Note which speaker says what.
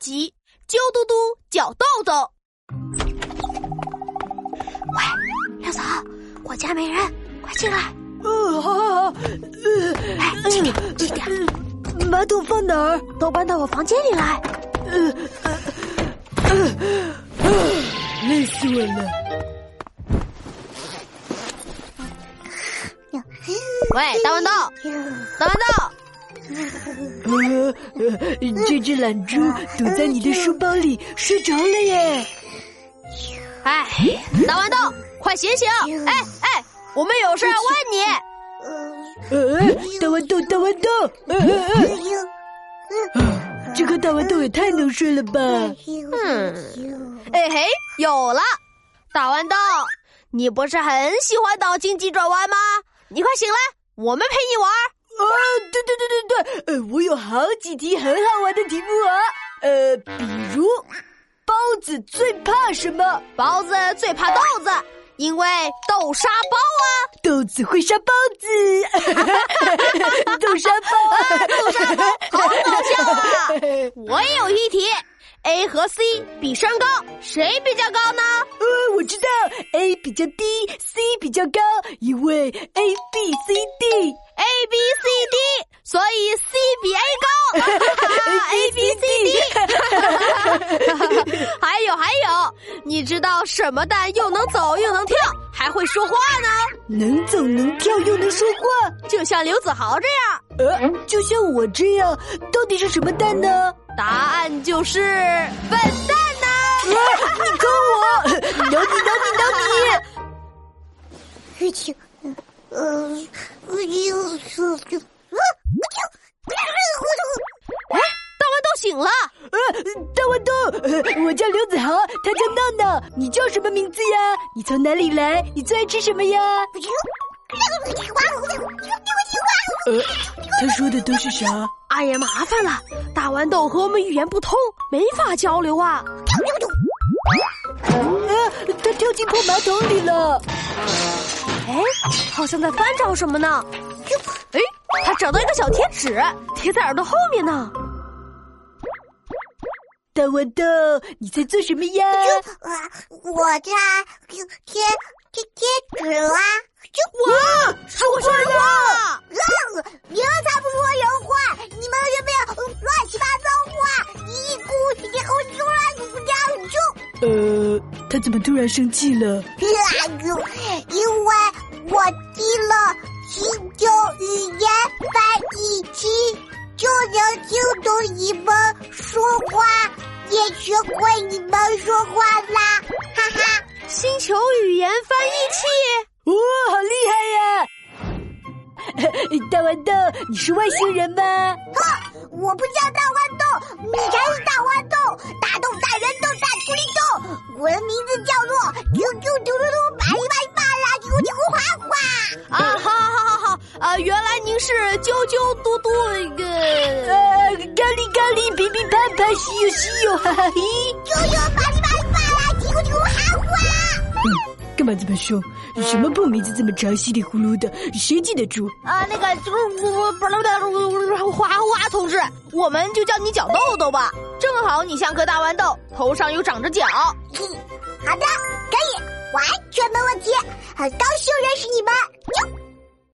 Speaker 1: 集啾嘟嘟搅豆豆。
Speaker 2: 喂，六嫂，我家没人，快进来。
Speaker 3: 嗯，好好好。
Speaker 2: 哎，轻点，轻点。
Speaker 3: 马桶放哪儿？
Speaker 2: 都搬到我房间里来。
Speaker 3: 累死我了！
Speaker 1: 喂，大豌豆，大豌豆，
Speaker 3: 呃，呃这只懒猪躲在你的书包里睡着了耶。
Speaker 1: 哎，大豌豆，快醒醒！哎哎，我们有事要问你。
Speaker 3: 呃，大豌豆，大豌豆，呃呃呃，这个大豌豆也太能睡了吧？
Speaker 1: 哎嘿，有了，大豌豆，你不是很喜欢脑筋急转弯吗？你快醒来，我们陪你玩。
Speaker 3: 啊，对对对对对，呃，我有好几题很好玩的题目啊，呃，比如包子最怕什么？
Speaker 1: 包子最怕豆子，因为豆沙包啊，
Speaker 3: 豆子会杀包子，豆沙包啊，
Speaker 1: 豆沙包好搞笑啊！我也有一题，A 和 C 比身高，谁比较高呢？
Speaker 3: 呃，我知道 A 比较低，C 比较高，因为 A B C D。
Speaker 1: A B C D，所以 C 比 A 高。A B C D，还 有还有，你知道什么蛋又能走又能跳，还会说话呢？
Speaker 3: 能走能跳又能说话，
Speaker 1: 就像刘子豪这样。
Speaker 3: 呃，就像我这样，到底是什么蛋呢？
Speaker 1: 答案就是笨蛋呐、
Speaker 3: 啊、你坑我，挠你挠你挠
Speaker 1: 大豌豆醒了，
Speaker 3: 你！呃，大豌豆，呃我叫刘子豪，他叫闹闹，你叫什么名字呀？你从哪里来？你最爱吃什么呀？呃，他说的都是啥？
Speaker 1: 哎呀，麻烦了，大豌豆和我们语言不通，没法交流啊。
Speaker 3: 呃，他跳进破马桶里了。
Speaker 1: 哎，好像在翻找什么呢？哎，他找到一个小贴纸，贴在耳朵后面呢。
Speaker 3: 大豌豆，你在做什么呀？
Speaker 4: 呃我在贴贴贴纸啦，就
Speaker 1: 哇，说说人话了！
Speaker 4: 我你们才不说人话，你们有没有乱七八糟话？一股哦一股中啦，股加股中。
Speaker 3: 呃，他怎么突然生气了？
Speaker 4: 因为我踢了新旧语言在一起，就能听懂你们说话，也学会你们说话啦，哈哈。
Speaker 1: 星球语言翻译器。
Speaker 3: 哇、好厉害呀！ 大豌豆，你是外星人吗？
Speaker 4: 我不叫大豌豆，你才是大豌豆，大豆大人豆大狐狸豆。我的名字叫做啾啾嘟嘟嘟，巴里巴里巴啦，啾啾哗哗。
Speaker 1: 啊，好好好好好，呃，原来您是啾啾嘟嘟一个，
Speaker 3: 呃，咖喱咖喱，噼噼啪啪，西柚西柚，哈哈嘿！
Speaker 4: 啾啾巴里巴里巴啦，啾啾哗哗。
Speaker 3: 干嘛这么凶？什么破名字这么长，稀里糊涂的，谁记得住？
Speaker 1: 啊，那个就是花花同志，我们就叫你角豆豆吧，正好你像颗大豌豆，头上又长着角。
Speaker 4: 好的，可以，完全没问题。很高兴认识你们。啾